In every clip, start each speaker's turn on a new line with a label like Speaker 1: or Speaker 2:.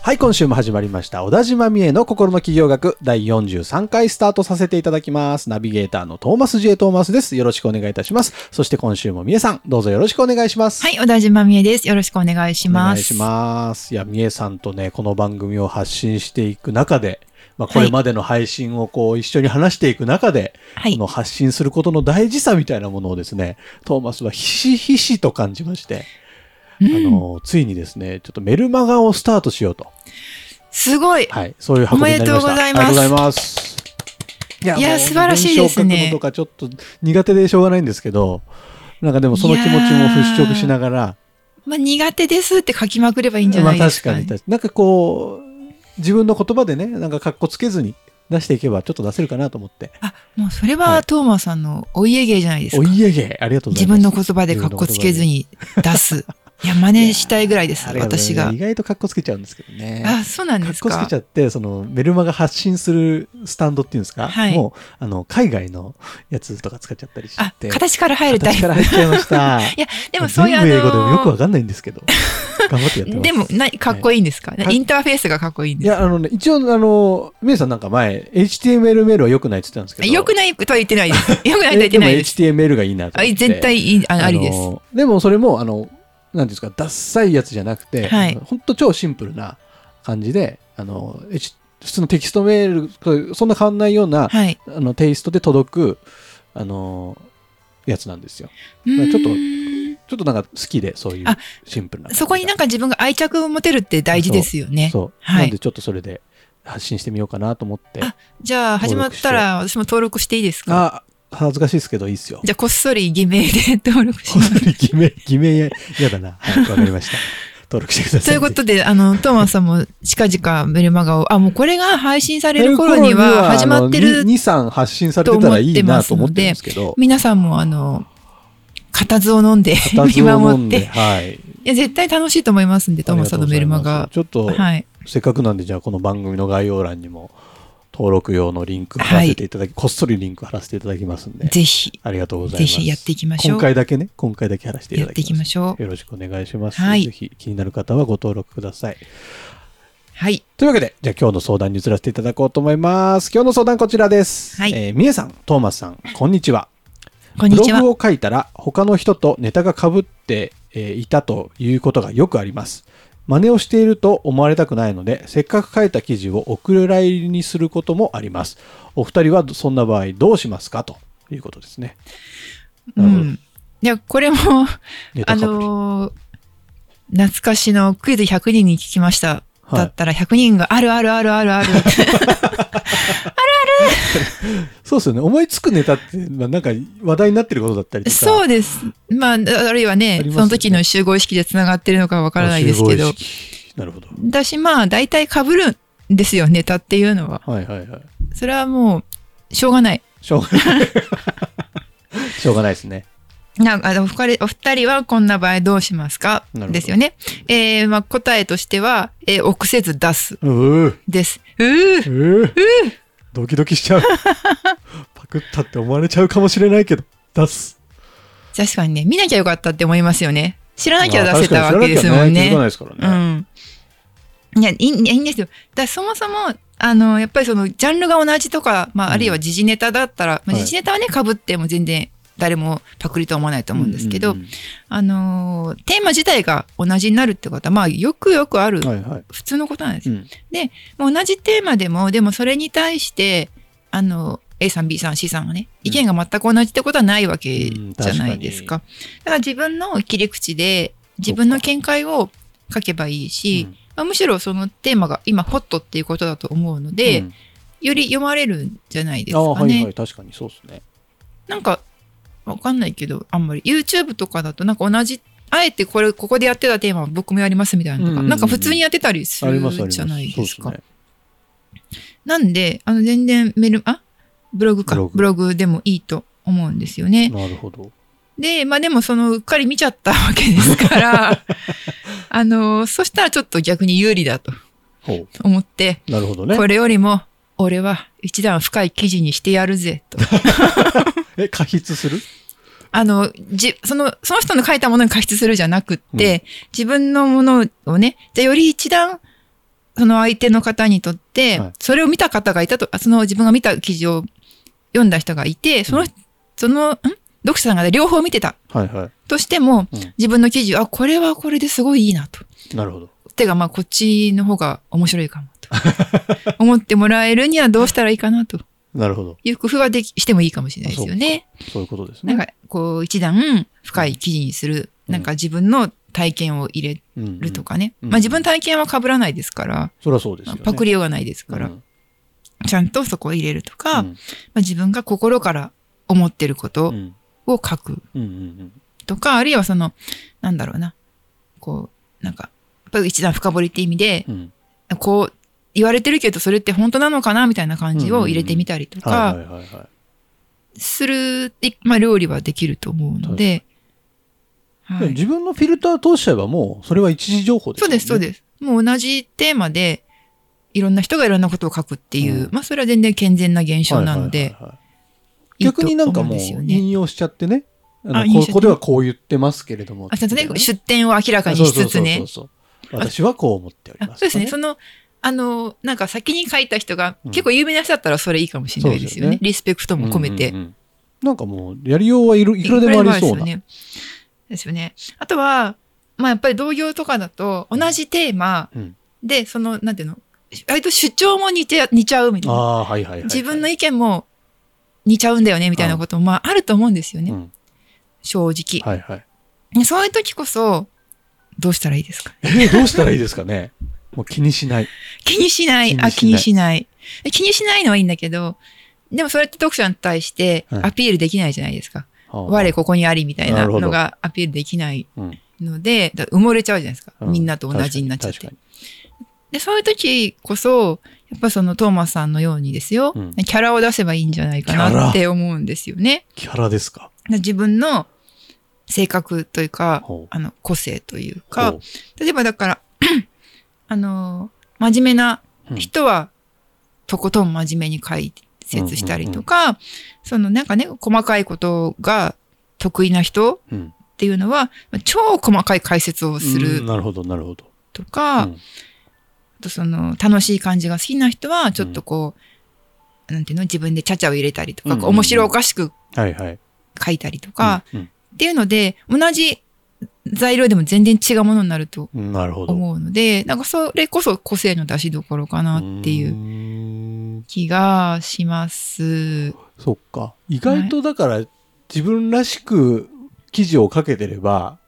Speaker 1: はい、今週も始まりました。小田島美恵の心の企業学第43回スタートさせていただきます。ナビゲーターのトーマス J. トーマスです。よろしくお願いいたします。そして今週も美恵さん、どうぞよろしくお願いします。
Speaker 2: はい、小田島美恵です。よろしくお願いし
Speaker 1: お
Speaker 2: ま
Speaker 1: 願い
Speaker 2: す。
Speaker 1: します。いや、美恵さんとね、この番組を発信していく中で、まあ、これまでの配信をこう、一緒に話していく中で、
Speaker 2: はい
Speaker 1: この、発信することの大事さみたいなものをですね、トーマスはひしひしと感じまして、
Speaker 2: うん
Speaker 1: あの、ついにですね、ちょっとメルマガをスタートしようと。
Speaker 2: すごい。
Speaker 1: はい、そういう運びになりました。
Speaker 2: おめでとうございます
Speaker 1: ありがとうございます。いや
Speaker 2: いや
Speaker 1: もう
Speaker 2: 素晴らしいですね
Speaker 1: 文章書くのとかちょっと苦手でしょうがないんですけど、なんかでもその気持ちも払拭しながら、
Speaker 2: まあ、苦手ですって書きまくればいいんじゃ
Speaker 1: まあ
Speaker 2: ないで
Speaker 1: 確
Speaker 2: すか、
Speaker 1: か
Speaker 2: ね。
Speaker 1: に、なんかこう、自分の言葉でね、なんか格好つけずに出していけばちょっと出せるかなと思って。
Speaker 2: あ、もうそれ
Speaker 1: は
Speaker 2: はいトーマさんのお家芸じゃないです
Speaker 1: お
Speaker 2: か。
Speaker 1: いえいえ、ありがとうござ
Speaker 2: 自
Speaker 1: います。
Speaker 2: 分の言葉で格好つけずに出す。いや、真似したいぐらいで す、
Speaker 1: ありとうございます
Speaker 2: 私が
Speaker 1: 意。外と格好つけちゃうんですけどね。
Speaker 2: あ、そうなんで
Speaker 1: 格
Speaker 2: す
Speaker 1: 好つけ
Speaker 2: か
Speaker 1: ち。ゃって、そのメルマが発信するスタンドっていうんですか、
Speaker 2: はい
Speaker 1: もう、あの、海外のやつとか使っちゃったりし
Speaker 2: あ
Speaker 1: て。、
Speaker 2: 形から入るタイ
Speaker 1: 形
Speaker 2: プ。
Speaker 1: から入っちゃいました。
Speaker 2: いや、 でもそういうあ
Speaker 1: 全部英語でもよく
Speaker 2: の
Speaker 1: わかんないんです けど。頑張ってやってます。
Speaker 2: でも、な、かっこいいんですか、
Speaker 1: はい
Speaker 2: インターフェースがかっこいいん
Speaker 1: い
Speaker 2: です
Speaker 1: や、あのね、一応、あの、メイさんなんか前、HTML メールは良くないって言ってたんですけ
Speaker 2: か。
Speaker 1: ど。
Speaker 2: 良くないとは言ってないです。良くないとは言
Speaker 1: え
Speaker 2: って
Speaker 1: でも
Speaker 2: ない です。
Speaker 1: HTML がいいなと
Speaker 2: あ
Speaker 1: 思って。
Speaker 2: 絶対いい、あのありです。
Speaker 1: の。でもそれも、あの、なんていうんですか、ダッサいやつじゃなくて、
Speaker 2: はい
Speaker 1: ほんと超シンプルな感じで、あの、H- 普通のテキストメールとそんな変わんないような、
Speaker 2: はい。
Speaker 1: あのテイストで届く、あの、やつなんですよ。
Speaker 2: ち
Speaker 1: らちょっとちょっとなんか好きで、そういう
Speaker 2: あ
Speaker 1: シンプルな感じが。
Speaker 2: そこになんか自分が愛着を持てるって大事ですよね。
Speaker 1: そう。
Speaker 2: はい
Speaker 1: なんでちょっとそれで発信してみようかなと思って。
Speaker 2: あじゃあ始まったら私も登録していいですか
Speaker 1: あ、恥ずかしいですけど、いいっすよ。
Speaker 2: じゃあこっそり偽名で登録し
Speaker 1: こ
Speaker 2: ま
Speaker 1: ん
Speaker 2: す
Speaker 1: な。に偽名、偽名や、 やだな。はい、わかりました。登録してくだ
Speaker 2: と
Speaker 1: さい。
Speaker 2: いうことで、あの、トーマスさんも近々メルマガを、あ、もうこれが配信さ
Speaker 1: で
Speaker 2: れる頃には始まって
Speaker 1: 2、
Speaker 2: る、
Speaker 1: 3発信されてたらいいなと思ってるんですけど。
Speaker 2: 皆さんもあの、固唾を飲んで見
Speaker 1: 固唾を飲
Speaker 2: 守
Speaker 1: ん
Speaker 2: っ
Speaker 1: で
Speaker 2: て、
Speaker 1: はい。
Speaker 2: いや、絶対楽しいと思いますんで、トーマスさんのメルマ
Speaker 1: あ
Speaker 2: ガ。
Speaker 1: りがとうございますちょっと、
Speaker 2: はい。
Speaker 1: せっかくなんで、じゃあこの番組の概要欄にも登録用のリンク貼らせていただき、こっそりリンク貼らせていただきますんで。
Speaker 2: ぜひ、
Speaker 1: ありがとうござい
Speaker 2: ぜ
Speaker 1: ます。
Speaker 2: ひやっていきましょ
Speaker 1: 今
Speaker 2: う。
Speaker 1: 回だけね、今回だけ貼らせてい
Speaker 2: や
Speaker 1: た
Speaker 2: っ
Speaker 1: だ
Speaker 2: てい
Speaker 1: き
Speaker 2: き
Speaker 1: ます
Speaker 2: ま。しょう。
Speaker 1: よろしくお願いします。
Speaker 2: はい
Speaker 1: ぜひ気になる方はご登録ください。
Speaker 2: はい。
Speaker 1: というわけで、じゃあ今日の相談に移らせていただこうと思います。今日の相談こちらです。
Speaker 2: はい
Speaker 1: えー、みえさん、トーマスさん、こんにちは。
Speaker 2: こんに
Speaker 1: ブ
Speaker 2: ち
Speaker 1: ログ
Speaker 2: は。
Speaker 1: を書いたら他の人とネタが被って、えーいたということがよくあります。真似をしていると思われたくないので、せっかく書いた記事をお蔵入りにすることもあります。お二人はそんな場合どうしますかということですね。
Speaker 2: う
Speaker 1: なるほど
Speaker 2: ん。いや、これも、
Speaker 1: ネタ
Speaker 2: あ
Speaker 1: 被り。
Speaker 2: のー懐かしのクイズ100人に聞きました。
Speaker 1: はい
Speaker 2: だったら100人があるあるあるある ある。
Speaker 1: そうですよね。思いつくネタって、まあ、なんか話題になってることだったりとか。
Speaker 2: そうです。まあ、あるいは
Speaker 1: ありま
Speaker 2: ね、
Speaker 1: すよね
Speaker 2: その時の集合意識でつながってるのかわからないですけ
Speaker 1: あ
Speaker 2: ど
Speaker 1: 集合意、識なるほど。
Speaker 2: 私まあ大体被るんですよ、ネタっていうのは。
Speaker 1: はいはいはい。
Speaker 2: それはもう、しょうがない。
Speaker 1: しょうがない。しょうがないですね。
Speaker 2: なんかあのお二人お二人はこんな場合どうしますか
Speaker 1: なるほど
Speaker 2: ですよね。えーまあ、答えとしては、えー臆せず出す
Speaker 1: うー
Speaker 2: です。うー
Speaker 1: うードキドキしちゃう。パクったって思われちゃうかもしれないけど、出す。
Speaker 2: 確かにね、見なきゃよかったって思いますよね。知らなきゃ
Speaker 1: まあ
Speaker 2: 出せたわけです
Speaker 1: 確
Speaker 2: も
Speaker 1: かに
Speaker 2: ん
Speaker 1: 知らなきゃ気づかない
Speaker 2: ね。
Speaker 1: ですか
Speaker 2: う
Speaker 1: らね。
Speaker 2: ん。いや、いいいやいいんですよ。だからそもそも、あの、やっぱりその、ジャンルが同じとか、
Speaker 1: う
Speaker 2: まあ、
Speaker 1: ん
Speaker 2: あるいは時事ネタだったら、まあ、
Speaker 1: はい
Speaker 2: 時事ネタはね、被っても全然誰もパクリとは思わないと思うんですけど、
Speaker 1: ううん
Speaker 2: あのー、テーマ自体が同じになるってことは、まあ、よくよくある
Speaker 1: うんはいはい。
Speaker 2: 普通のことなんです
Speaker 1: う
Speaker 2: よ。
Speaker 1: ん
Speaker 2: もう同じテーマでも、でもそれに対して、あの、A さん、B さん、C さんはね、意見が全く同じってことはないわけじゃないですか。だから自分の切り口で、自分の見解を書けばいいし、
Speaker 1: うん
Speaker 2: まあ、むしろそのテーマが今ホットっていうことだと思うので、
Speaker 1: うん
Speaker 2: より読まれるんじゃないです
Speaker 1: あ
Speaker 2: か
Speaker 1: あ、
Speaker 2: ね。
Speaker 1: はいはい。確かにそうですね。
Speaker 2: なんか、わかんないけど、あんまり YouTube とかだとなんか同じ、あえてこれ、ここでやってたテーマは僕もやりますみたいなのと
Speaker 1: うんうん
Speaker 2: か、
Speaker 1: うん
Speaker 2: なんか普通にやってたりす
Speaker 1: ありますありま
Speaker 2: る
Speaker 1: す。
Speaker 2: じゃないですか。
Speaker 1: そうっ
Speaker 2: なんで、あの、全然メル、あブログか。
Speaker 1: ブ
Speaker 2: ブ
Speaker 1: ロ
Speaker 2: ロ
Speaker 1: グ
Speaker 2: グでもいいと思うんですよね。
Speaker 1: なるほど。
Speaker 2: で、まあでもその、うっかり見ちゃったわけです から、あの、そしたらちょっと逆に有利だと
Speaker 1: ほ
Speaker 2: 思って、
Speaker 1: う。なるほどね
Speaker 2: こ。れよりも、俺は一段深い記事にしてやるぜ、と。
Speaker 1: え、過筆する
Speaker 2: あの、じ、その、その人の書いたものに過失するじゃなくって、自分のものをね、じゃあより一段、その相手の方にとって、
Speaker 1: はい
Speaker 2: それを見た方がいたと、あその自分が見た記事を読んだ人がいて、その、
Speaker 1: うん
Speaker 2: その、ん読者さんが両方見てた
Speaker 1: はいは
Speaker 2: としても、
Speaker 1: うん
Speaker 2: 自分の記事を、あ、これはこれですごいいいなと。
Speaker 1: い。なるほど。
Speaker 2: てか、まあ、こっちの方が面白いかも と。思ってもらえるにはどうしたらいいかなと
Speaker 1: なるほど。
Speaker 2: いう工夫はでき、してもいいかもしれないですよね。
Speaker 1: そういうことです
Speaker 2: なん
Speaker 1: ね。
Speaker 2: かこう一段深い記事にする、
Speaker 1: うん
Speaker 2: なんか自分の体験を入れ
Speaker 1: うんうん
Speaker 2: るとかね。
Speaker 1: うん
Speaker 2: まあ自分の体験は被らないですから、
Speaker 1: そりゃそうですよね。
Speaker 2: パク
Speaker 1: リ
Speaker 2: りようがないですから、ちゃんとそこを入れるとか、
Speaker 1: うん
Speaker 2: まあ自分が心から思ってるこ
Speaker 1: う
Speaker 2: と
Speaker 1: ん
Speaker 2: を書く
Speaker 1: うんうん
Speaker 2: とか、あるいはその、なんだろうな、こう、なんか、やっぱり一段深掘りって意味で、
Speaker 1: うんうん
Speaker 2: こう、言われてるけど、それって本当なのかなみたいな感じを入れてみたり
Speaker 1: は
Speaker 2: と
Speaker 1: い
Speaker 2: か、
Speaker 1: はいはいは
Speaker 2: する、いまあ、料理はできると思うので、
Speaker 1: い。
Speaker 2: は
Speaker 1: でも
Speaker 2: い。
Speaker 1: 自分のフィルター通しちゃえばもう、それは一時情報です
Speaker 2: そ
Speaker 1: よ
Speaker 2: う
Speaker 1: ね
Speaker 2: です、そうです。もう同じテーマで、いろんな人がいろんなことを書くっていう、
Speaker 1: うん
Speaker 2: まあそれは全然健全な現象なの
Speaker 1: はい
Speaker 2: で
Speaker 1: は、いはいはい
Speaker 2: いいと
Speaker 1: 逆になんかもう
Speaker 2: 思うんですよね。
Speaker 1: 引用しちゃってね。あ
Speaker 2: あ
Speaker 1: の
Speaker 2: 引
Speaker 1: こ
Speaker 2: 用
Speaker 1: う
Speaker 2: しち
Speaker 1: こ
Speaker 2: ゃって
Speaker 1: こではこう言ってますけれども。
Speaker 2: あ、ちゃんとね、
Speaker 1: みたいな
Speaker 2: 出典を明らかにしつつね。
Speaker 1: そうそうそうそうそう私はこう思っており
Speaker 2: あ
Speaker 1: ま
Speaker 2: そう
Speaker 1: すとか
Speaker 2: です
Speaker 1: ね、
Speaker 2: ね。その、あの、なんか先に書いた人が、
Speaker 1: うん
Speaker 2: 結構有名な人だったらそれいいかもしれないですよ
Speaker 1: そうですよ
Speaker 2: ね。
Speaker 1: ね
Speaker 2: リスペクトも込めて。
Speaker 1: うんうんうんなんかもう、やりようはいるいくらでもありそうな。
Speaker 2: いくらでもありですよね。ですよね。あとは、まあやっぱり同業とかだと、同じテーマ
Speaker 1: うん
Speaker 2: で、その、なんていうの、割と主張も似て似ちゃうみたい
Speaker 1: あ
Speaker 2: な。
Speaker 1: あ、はいはいはい、はい。
Speaker 2: 自分の意見も似ちゃうんだよねみたいなことも、まああると思うんですよね、
Speaker 1: うん
Speaker 2: 正直、
Speaker 1: はいはい。
Speaker 2: でそういう時こそどうしたらいいですか
Speaker 1: えーどうしたらいいですかねもう気にしない。
Speaker 2: 気にしないあ
Speaker 1: 気
Speaker 2: 気
Speaker 1: に
Speaker 2: に
Speaker 1: し
Speaker 2: しないえ気にしないのはいいんだけどでもそれって読者に対して
Speaker 1: はい
Speaker 2: アピールできないじゃないですか、
Speaker 1: はあ
Speaker 2: 我ここにありみたい
Speaker 1: な
Speaker 2: な
Speaker 1: るほど
Speaker 2: のがアピールできない
Speaker 1: うん
Speaker 2: のでだ埋もれちゃうじゃないですか、
Speaker 1: うん
Speaker 2: みんなと同じになっちゃっ
Speaker 1: 確
Speaker 2: て
Speaker 1: かに
Speaker 2: でそういう時こそやっぱそのトーマスさんのようにですよ、
Speaker 1: うん
Speaker 2: キャラを出せばいいんじゃないか
Speaker 1: キャラ
Speaker 2: なって思うんですよね
Speaker 1: キャラですか。
Speaker 2: で自分の性格というか
Speaker 1: ほう、
Speaker 2: あの、個性という
Speaker 1: ほ
Speaker 2: か
Speaker 1: う、
Speaker 2: 例えばだから、 あの、真面目な人は、とことん真面目に解説したりとか、そのなんかね、細かいことが得意な人っ
Speaker 1: うん
Speaker 2: ていうのは、超細かい解説をす
Speaker 1: う
Speaker 2: る
Speaker 1: んなるほど、なるほど。
Speaker 2: とか、
Speaker 1: うん
Speaker 2: あとその楽しい感じが好きな人は、ちょっとこう、なんていうの、自分でちゃちゃを入れたりとか、
Speaker 1: うん
Speaker 2: こう面白おかしく
Speaker 1: はいはい。
Speaker 2: 書いたりとか、
Speaker 1: うん
Speaker 2: っていうので、同じ材料でも全然違うものになると
Speaker 1: うんなるほど。
Speaker 2: 思うので、なんかそれこそ個性の出しどころかなっていうう
Speaker 1: ーん
Speaker 2: 気がします。
Speaker 1: そっか。意外とだから、自分らしく記事をかけてれば、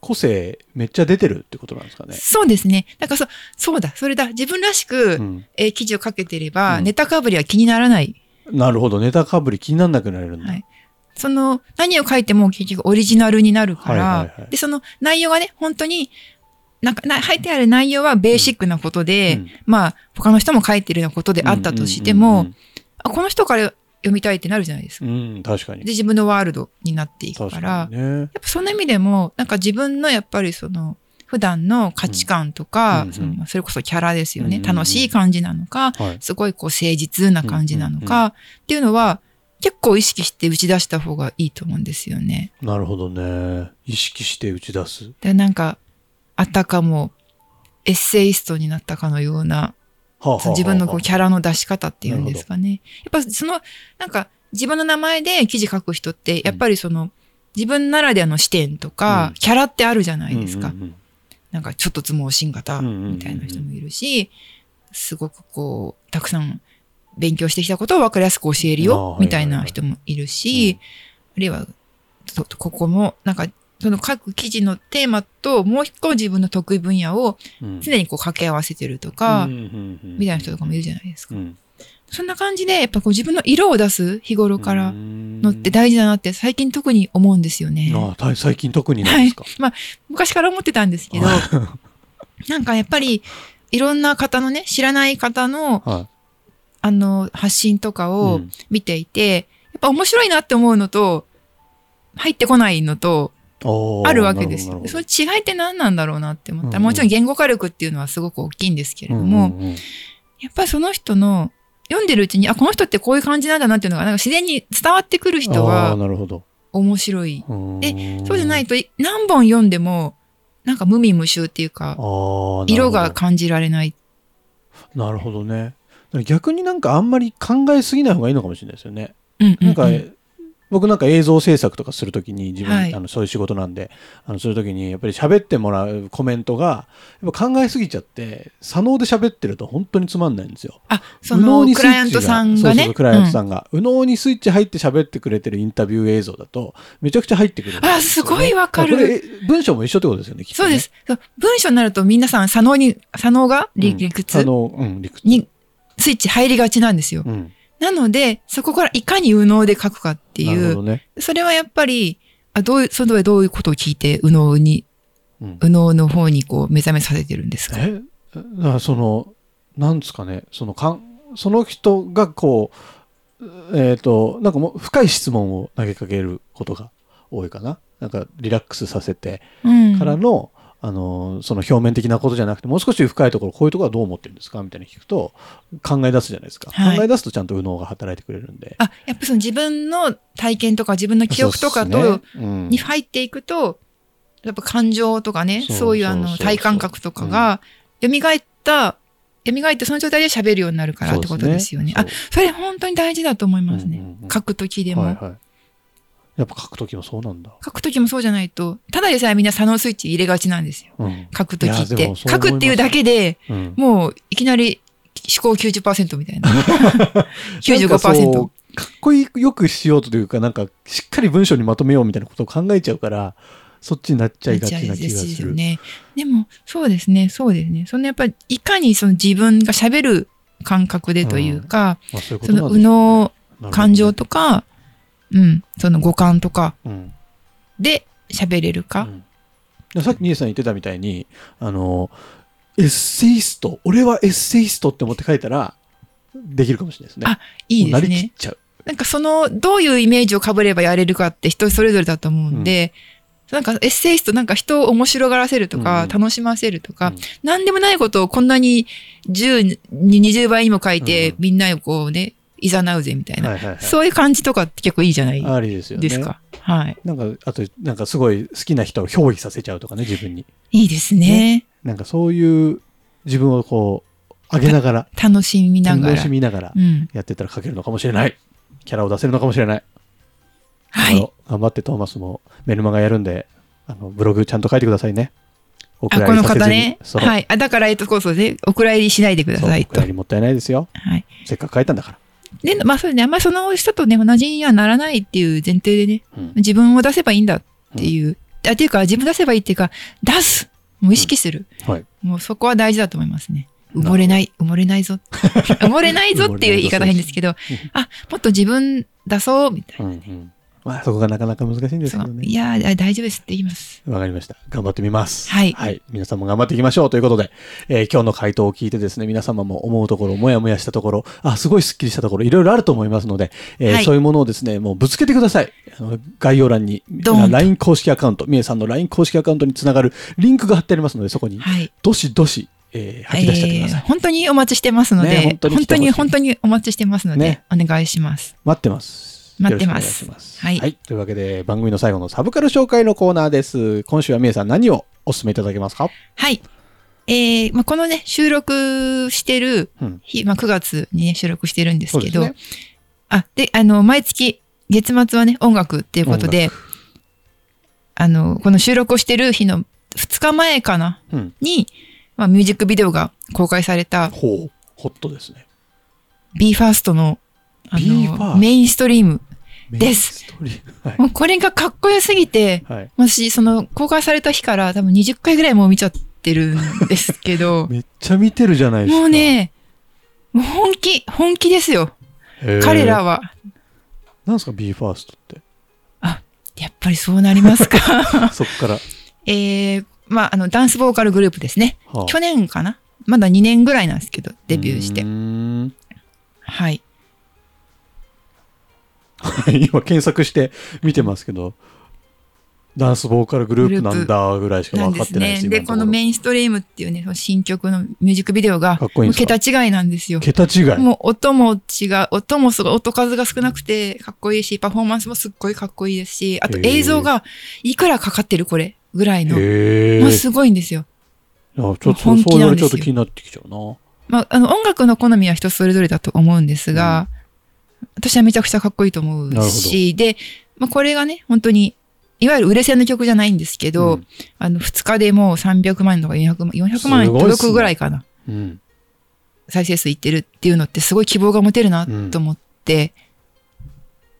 Speaker 1: 個性めっちゃ出てるってことなんですかね。
Speaker 2: そうですね。なんかそう、そうだ、それだ。自分らしく、
Speaker 1: うん
Speaker 2: えー記事をかけてれば、
Speaker 1: うん
Speaker 2: ネタかぶりは気にならない。
Speaker 1: なるほど。ネタかぶり気にならなくなれるんだ。
Speaker 2: はいその、何を書いても結局オリジナルになるから、
Speaker 1: はいはいはい
Speaker 2: で、その内容がね、本当に、なんか、な書いてある内容はベーシックなことで、
Speaker 1: うん
Speaker 2: まあ、他の人も書いてるようなことであったとしても、
Speaker 1: うん
Speaker 2: あこの人から読みたいってなるじゃないですか。
Speaker 1: うんうん、うん確かに
Speaker 2: で、。自分のワールドになっていくから、
Speaker 1: 確かにね。
Speaker 2: やっぱその意味でも、なんか自分のやっぱりその、普段の価値観とか、
Speaker 1: うんうん
Speaker 2: そのそれこそキャラですよね、
Speaker 1: うんうん
Speaker 2: 楽しい感じなのか、
Speaker 1: はい。
Speaker 2: すごいこう誠実な感じなのか、っていうのは、結構意識して打ち出した方がいいと思うんですよね。
Speaker 1: なるほどね。意識して打ち出す。
Speaker 2: でなんか、あたかも、エッセイストになったかのような、
Speaker 1: はあはあはあ
Speaker 2: その自分のこうキャラの出し方っていうんですかね。やっぱその、なんか自分の名前で記事書く人って、やっぱりその、自分ならではの視点とか、
Speaker 1: うん
Speaker 2: キャラってあるじゃないですか。
Speaker 1: うんうんうん
Speaker 2: なんかちょっと相撲新型
Speaker 1: うんうんうんうん
Speaker 2: みたいな人もいるし、すごくこう、たくさん勉強してきたことを分かりやすく教える
Speaker 1: ああはいはい
Speaker 2: よ
Speaker 1: はい
Speaker 2: みたいな人もいるし、あるいは、ちょっとここも、なんか、その各記事のテーマともう一個自分の得意分野を
Speaker 1: うん
Speaker 2: 常にこう掛け合わせてるとか、
Speaker 1: うんうんうんうん
Speaker 2: みたいな人とかもいるじゃないですか。
Speaker 1: うん
Speaker 2: そんな感じで、やっぱこう自分の色を出す日頃からのって大事だなって最近特に思うんですよね。
Speaker 1: ああた最近特になん
Speaker 2: は
Speaker 1: で
Speaker 2: い
Speaker 1: すか。。
Speaker 2: まあ、昔から思ってたんですけど、なんかやっぱり、いろんな方のね、知らない方の
Speaker 1: は
Speaker 2: あの、発信とか
Speaker 1: う
Speaker 2: を
Speaker 1: ん
Speaker 2: 見ていて、やっぱ面白いなって思うのと、入ってこないのと、
Speaker 1: おー
Speaker 2: あるわけです
Speaker 1: なる
Speaker 2: よ
Speaker 1: ほ。ど
Speaker 2: そ
Speaker 1: な
Speaker 2: の
Speaker 1: る
Speaker 2: 違いって何なんだろうなって思ったら、
Speaker 1: うんうん
Speaker 2: もちろん言語化力っていうのはすごく大きいんですけれ
Speaker 1: ほ
Speaker 2: ど
Speaker 1: ど
Speaker 2: も、
Speaker 1: うんうんうん
Speaker 2: やっぱりその人の、読んでるうちに、あ、この人ってこういう感じなんだなっていうのが、なんか自然に伝わってくる人
Speaker 1: あー
Speaker 2: は
Speaker 1: なるほど。
Speaker 2: 面白い。
Speaker 1: え
Speaker 2: そうじゃないと、い何本読んでも、なんか無味無臭っていうか、色が感じられない。
Speaker 1: なるほどね。だから逆になんかあんまり考えすぎない方がいいのかもしれないですよね。
Speaker 2: うんうんうん
Speaker 1: なんか、僕なんか映像制作とかするときに自分、
Speaker 2: はい
Speaker 1: あのそういう仕事なんであのするときにやっぱり喋ってもらうコメントがやっぱ考えすぎちゃって左脳で喋ってると本当につまんないんですよ。
Speaker 2: あ、そ
Speaker 1: 右脳
Speaker 2: の
Speaker 1: に
Speaker 2: ク
Speaker 1: スイッチ
Speaker 2: ライアントさんが
Speaker 1: そう
Speaker 2: ね。
Speaker 1: そうクライアント
Speaker 2: う
Speaker 1: さんが、右脳にスイッチ入って喋ってくれてるインタビュー映像だとめちゃくちゃ入ってくるんですよね、
Speaker 2: あすごいわかる
Speaker 1: これえ文章も一緒ってことですよね。きっと
Speaker 2: そ
Speaker 1: ね
Speaker 2: うです。そう文章になると皆さん、左脳に、左脳が理
Speaker 1: うん
Speaker 2: 理屈
Speaker 1: あの、うん、理屈。
Speaker 2: にスイッチ入りがちなんですよ。
Speaker 1: うん。
Speaker 2: なので、そこからいかに右脳で書くかっ
Speaker 1: な
Speaker 2: て
Speaker 1: いる
Speaker 2: う
Speaker 1: ほどね。
Speaker 2: それはやっぱり、あどういう、それはどういうことを聞いて、右脳に、
Speaker 1: うん
Speaker 2: 右脳の方にこう目覚めさせてるんですか
Speaker 1: えだからそのなんですかねそのかんその人がこうえっ、となんかもう深い質問を投げかけることが多いかななんかリラックスさせて
Speaker 2: うん。
Speaker 1: からの、あのその表面的なことじゃなくてもう少し深いところこういうところはどう思ってるんですかみたいに聞くと考え出すじゃないですか、
Speaker 2: はい
Speaker 1: 考え出すとちゃんと右脳が働いてくれるんで
Speaker 2: あ、やっぱその自分の体験とか自分の記憶とか
Speaker 1: そうっ
Speaker 2: と、
Speaker 1: すねうん
Speaker 2: に入っていくと、やっぱ感情とかね、
Speaker 1: そう
Speaker 2: そういうあ
Speaker 1: そうそう
Speaker 2: の
Speaker 1: そう
Speaker 2: 体感覚とかが、蘇った、蘇ってその状態で喋るようになるからってことですよね。
Speaker 1: そう
Speaker 2: あ、それ本当に大事だと思います
Speaker 1: うん
Speaker 2: ね
Speaker 1: うんう。ん
Speaker 2: 書くときでも。
Speaker 1: はいはいやっぱ書くときもそうなんだ、
Speaker 2: 書くときもそうじゃないと、ただでさえみんな左脳スイッチ入れがちなんですよ。
Speaker 1: うん
Speaker 2: 書くときっ
Speaker 1: いやで
Speaker 2: て。
Speaker 1: もそう思いま
Speaker 2: 書
Speaker 1: す
Speaker 2: くっていうだけで、
Speaker 1: うん、
Speaker 2: もういきなり思考90%み たいな。
Speaker 1: なんか
Speaker 2: 95%。
Speaker 1: そうかっこいいよくしようというかなんかしっかり文章にまとめようみたいなことを考えちゃうからそっちになっちゃいがちな気が
Speaker 2: ですよ
Speaker 1: る。
Speaker 2: ね。でも、そうですね、そうですね。そのやっぱり、いかにその自分が喋る感覚でというか、
Speaker 1: まあ、そういうこと
Speaker 2: そ
Speaker 1: なん
Speaker 2: の
Speaker 1: で
Speaker 2: 右
Speaker 1: しょう
Speaker 2: 脳、
Speaker 1: なるほどね
Speaker 2: 感情とか、うん、その五感とか
Speaker 1: うん
Speaker 2: で喋れる
Speaker 1: う
Speaker 2: か。
Speaker 1: んでさっき兄さん言ってたみたいにあのエッセイスト俺はエッセイストって思って書いたらできるかもしれないですね。
Speaker 2: あいいで
Speaker 1: な
Speaker 2: す
Speaker 1: りきっ
Speaker 2: ね。
Speaker 1: ちゃう。
Speaker 2: なんかその、どういうイメージをかぶればやれるかって人それぞれだと思うんで、なんかエッセイストなんか人を面白がらせるとか、
Speaker 1: うん
Speaker 2: 楽しませるとか、
Speaker 1: うん
Speaker 2: なんでもないことをこんなに10に20倍にも書いて、
Speaker 1: うん
Speaker 2: みんなをこうね、誘うぜみたいな。
Speaker 1: はいはいはい。
Speaker 2: そういう感じとかって結構いいじゃない
Speaker 1: ありですよね。
Speaker 2: ですか。はい。
Speaker 1: なんかあとなんかすごい好きな人を憑依させちゃうとかね自分に。
Speaker 2: いいですね。
Speaker 1: なんかそういう自分をこう上げながら
Speaker 2: 楽しみなが
Speaker 1: 楽
Speaker 2: ら
Speaker 1: し。みながら
Speaker 2: うん。
Speaker 1: やってったら書けるのかもしれない。キャラを出せるのかもしれない。
Speaker 2: は
Speaker 1: あ
Speaker 2: い。
Speaker 1: の頑張ってトーマスもメルマガやるんで、あのブログちゃんと書いてくださいね。お
Speaker 2: あ、
Speaker 1: 蔵
Speaker 2: こ
Speaker 1: 入り
Speaker 2: の
Speaker 1: させ
Speaker 2: 方
Speaker 1: ずに
Speaker 2: ね。
Speaker 1: そう。
Speaker 2: はい。あ、だから、えっと、こうそうで、お蔵入りしないでくだ
Speaker 1: そう
Speaker 2: さい
Speaker 1: お蔵
Speaker 2: と
Speaker 1: 入。りもったいないですよ。
Speaker 2: はい。
Speaker 1: せっかく書いたんだから。
Speaker 2: で、まあそうですね。あんまりその人とね、同じにはならないっていう前提でね、
Speaker 1: うん
Speaker 2: 自分を出せばいいんだっていう。あ、っていうか、自分出せばいいっていうか、出すもう意識する。
Speaker 1: はい。
Speaker 2: もうそこは大事だと思いますね。
Speaker 1: なる
Speaker 2: 埋
Speaker 1: ほど
Speaker 2: もれない、埋もれ ないぞ。埋もれないぞっていう言い方変ですけど、あ、もっと自分出そう、みたい
Speaker 1: うんう
Speaker 2: なね。
Speaker 1: ん。まあそこがなかなか難しいんですけど
Speaker 2: い
Speaker 1: ね。
Speaker 2: やー、あ大丈夫ですって言います。
Speaker 1: わかりました。頑張ってみます。
Speaker 2: はい
Speaker 1: 皆さんも頑張っていきましょうということで、えー今日の回答を聞いてですね、皆様も思うところ、もやもやしたところ、あ、すごいスッキリしたところ、いろいろあると思いますので、えー
Speaker 2: はい
Speaker 1: そういうものをですね、もうぶつけてください。あの概要欄に、
Speaker 2: ドーンと
Speaker 1: LINE 公式アカウント、みえさんの LINE 公式アカウントにつながるリンクが貼ってありますので、そこに、
Speaker 2: はい。
Speaker 1: どしどし、えー吐き出しちゃってください。
Speaker 2: えー本当にお待ちしてますので、
Speaker 1: ね本
Speaker 2: 本
Speaker 1: 当
Speaker 2: 当
Speaker 1: に来
Speaker 2: に
Speaker 1: てほしい
Speaker 2: 本当にお待ちしてますので、
Speaker 1: ね
Speaker 2: お願いします。
Speaker 1: 待ってます。
Speaker 2: 待ってます
Speaker 1: よろしくお願
Speaker 2: はい
Speaker 1: いします。はい。というわけで、番組の最後のサブカル紹介のコーナーです。今週はみえさん何をお勧めいただけますか
Speaker 2: はい。えーまあ、このね、収録してる
Speaker 1: うん。
Speaker 2: 日、まあ、9月にね、収録してるんですけど、
Speaker 1: そうで
Speaker 2: あ、で、あの、毎月、月末はね、音楽っていうことで、あの、この収録をしてる日の2日前かな、
Speaker 1: うん。
Speaker 2: に、まあ、ミュージックビデオが公開された
Speaker 1: ほう。ホットですね。
Speaker 2: BE:FIRST の、あ
Speaker 1: BE:FIRST
Speaker 2: の、メインストリーム。です
Speaker 1: メインストーリー。 はい
Speaker 2: もうこれがかっこよすぎて、
Speaker 1: はい。
Speaker 2: 私、その、公開された日から多分20回ぐらいもう見ちゃってるんですけ ど、
Speaker 1: めっちゃ見てるじゃないですか。
Speaker 2: もうね、もう本気、本気ですよ。
Speaker 1: へー、
Speaker 2: 彼らは。
Speaker 1: なんですか ?BE:FIRST って。
Speaker 2: やっぱりそうなりますか。
Speaker 1: そっ から。
Speaker 2: えー、まあ、あの、ダンスボーカルグループですね。
Speaker 1: はあ
Speaker 2: 去年かなまだ2年ぐらいなんですけど、デビューして
Speaker 1: う。ーん
Speaker 2: はい。
Speaker 1: 今検索して見てますけど、ダンスボーカルグループなんだぐらいしか
Speaker 2: な
Speaker 1: 分
Speaker 2: んで
Speaker 1: かっ
Speaker 2: す
Speaker 1: てない
Speaker 2: ね。
Speaker 1: です。
Speaker 2: で、
Speaker 1: 今
Speaker 2: この
Speaker 1: ところ
Speaker 2: メインストリームっていうね、その新曲のミュージックビデオが、
Speaker 1: かっこいいん
Speaker 2: も
Speaker 1: です
Speaker 2: う
Speaker 1: か
Speaker 2: 桁違いなんですよ。
Speaker 1: 桁違い。
Speaker 2: もう音も違う、音もすごい、音数が少なくてかっこいいし、パフォーマンスもすっごいかっこいいですし、あと
Speaker 1: へー
Speaker 2: 映像がいくらかかってるこれぐらいの、
Speaker 1: へえ。
Speaker 2: もう
Speaker 1: あち
Speaker 2: すごいんですよ。
Speaker 1: ょっとそう
Speaker 2: 本気
Speaker 1: 言わ
Speaker 2: な
Speaker 1: れ
Speaker 2: んです
Speaker 1: ちょ
Speaker 2: よ
Speaker 1: っと気になってきちゃうな。
Speaker 2: まあ、あの音楽の好みは人それぞれだと思うんですが、私はめちゃくちゃかっこいいと思うし、で、まあ、これがね、本当に、いわゆる売れ線の曲じゃないんですけど、
Speaker 1: うん
Speaker 2: あの、2日でもう300万とか400万、400万
Speaker 1: すごいっすね
Speaker 2: 届くぐらいかな。
Speaker 1: うん。
Speaker 2: 再生数いってるっていうのってすごい希望が持てるなと思って、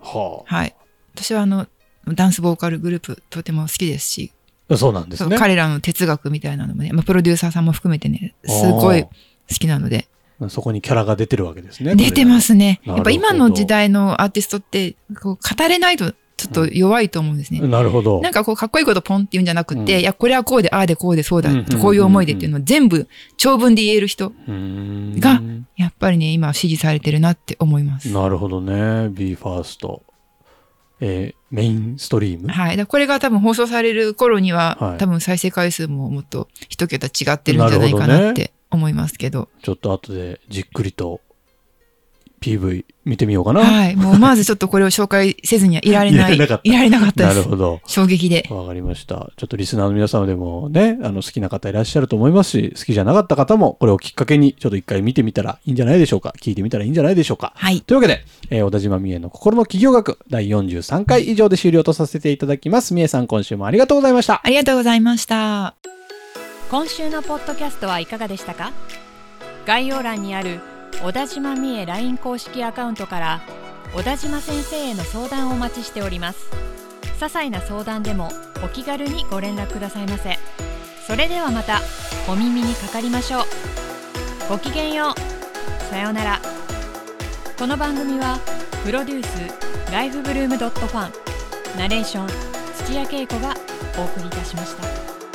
Speaker 1: は
Speaker 2: はい。私はあの、ダンスボーカルグループとても好きですし、
Speaker 1: あ。そうなんです
Speaker 2: そ
Speaker 1: ね。
Speaker 2: う彼らの哲学みたいなのもね、まあ、プロデューサーさんも含めてね、すごい好きなので、
Speaker 1: あー。そこにキャラが出てるわけですね。。
Speaker 2: 出てますすね。
Speaker 1: なるほ
Speaker 2: やっ
Speaker 1: ど
Speaker 2: ぱ今の時代のアーティストって、こう語れないとちょっと弱いと思うんですね。
Speaker 1: なるほど。
Speaker 2: なんかこうかっこいいことポンって言うんじゃなくて、
Speaker 1: うん
Speaker 2: いや、これはこうで、ああでこうで、そうだ、
Speaker 1: うんうんうんうん
Speaker 2: こういう思いでっていうのを全部長文で言える人、
Speaker 1: うーん
Speaker 2: がやっぱりね、今支持されてるなって思います。
Speaker 1: なるほどね。BE:FIRST。えーメインストリーム。
Speaker 2: はい。だからこれが多分放送される頃には、
Speaker 1: はい
Speaker 2: 多分再生回数ももっと一桁違ってるんじゃないか
Speaker 1: なるほどね
Speaker 2: なって思いますけど。
Speaker 1: ちょっと後でじっくりと PV 見てみようかな。
Speaker 2: はい。もうまずちょっとこれを紹介せずにはいられない。
Speaker 1: いられなかった
Speaker 2: いられなかった
Speaker 1: な
Speaker 2: で
Speaker 1: る
Speaker 2: す。
Speaker 1: ほど。
Speaker 2: 衝撃で。
Speaker 1: わかりました。ちょっとリスナーの皆様でもね、あの好きな方いらっしゃると思いますし、好きじゃなかった方もこれをきっかけにちょっと一回見てみたらいいんじゃないでしょうか。聞いてみたらいいんじゃないでしょうか。
Speaker 2: はい。
Speaker 1: というわけで、えー小田島美恵の心の企業学第43回以上で終了とさせていただきます。美恵さん今週もありがとうございました。
Speaker 2: ありがとうございました。
Speaker 3: 今週のポッドキャストはいかがでしたか概要欄にある小田島美恵 LINE 公式アカウントから小田島先生への相談をお待ちしております些細な相談でもお気軽にご連絡くださいませそれではまたお耳にかかりましょうごきげんようさようならこの番組はプロデュースライフブルームドットファンナレーション土屋恵子がお送りいたしました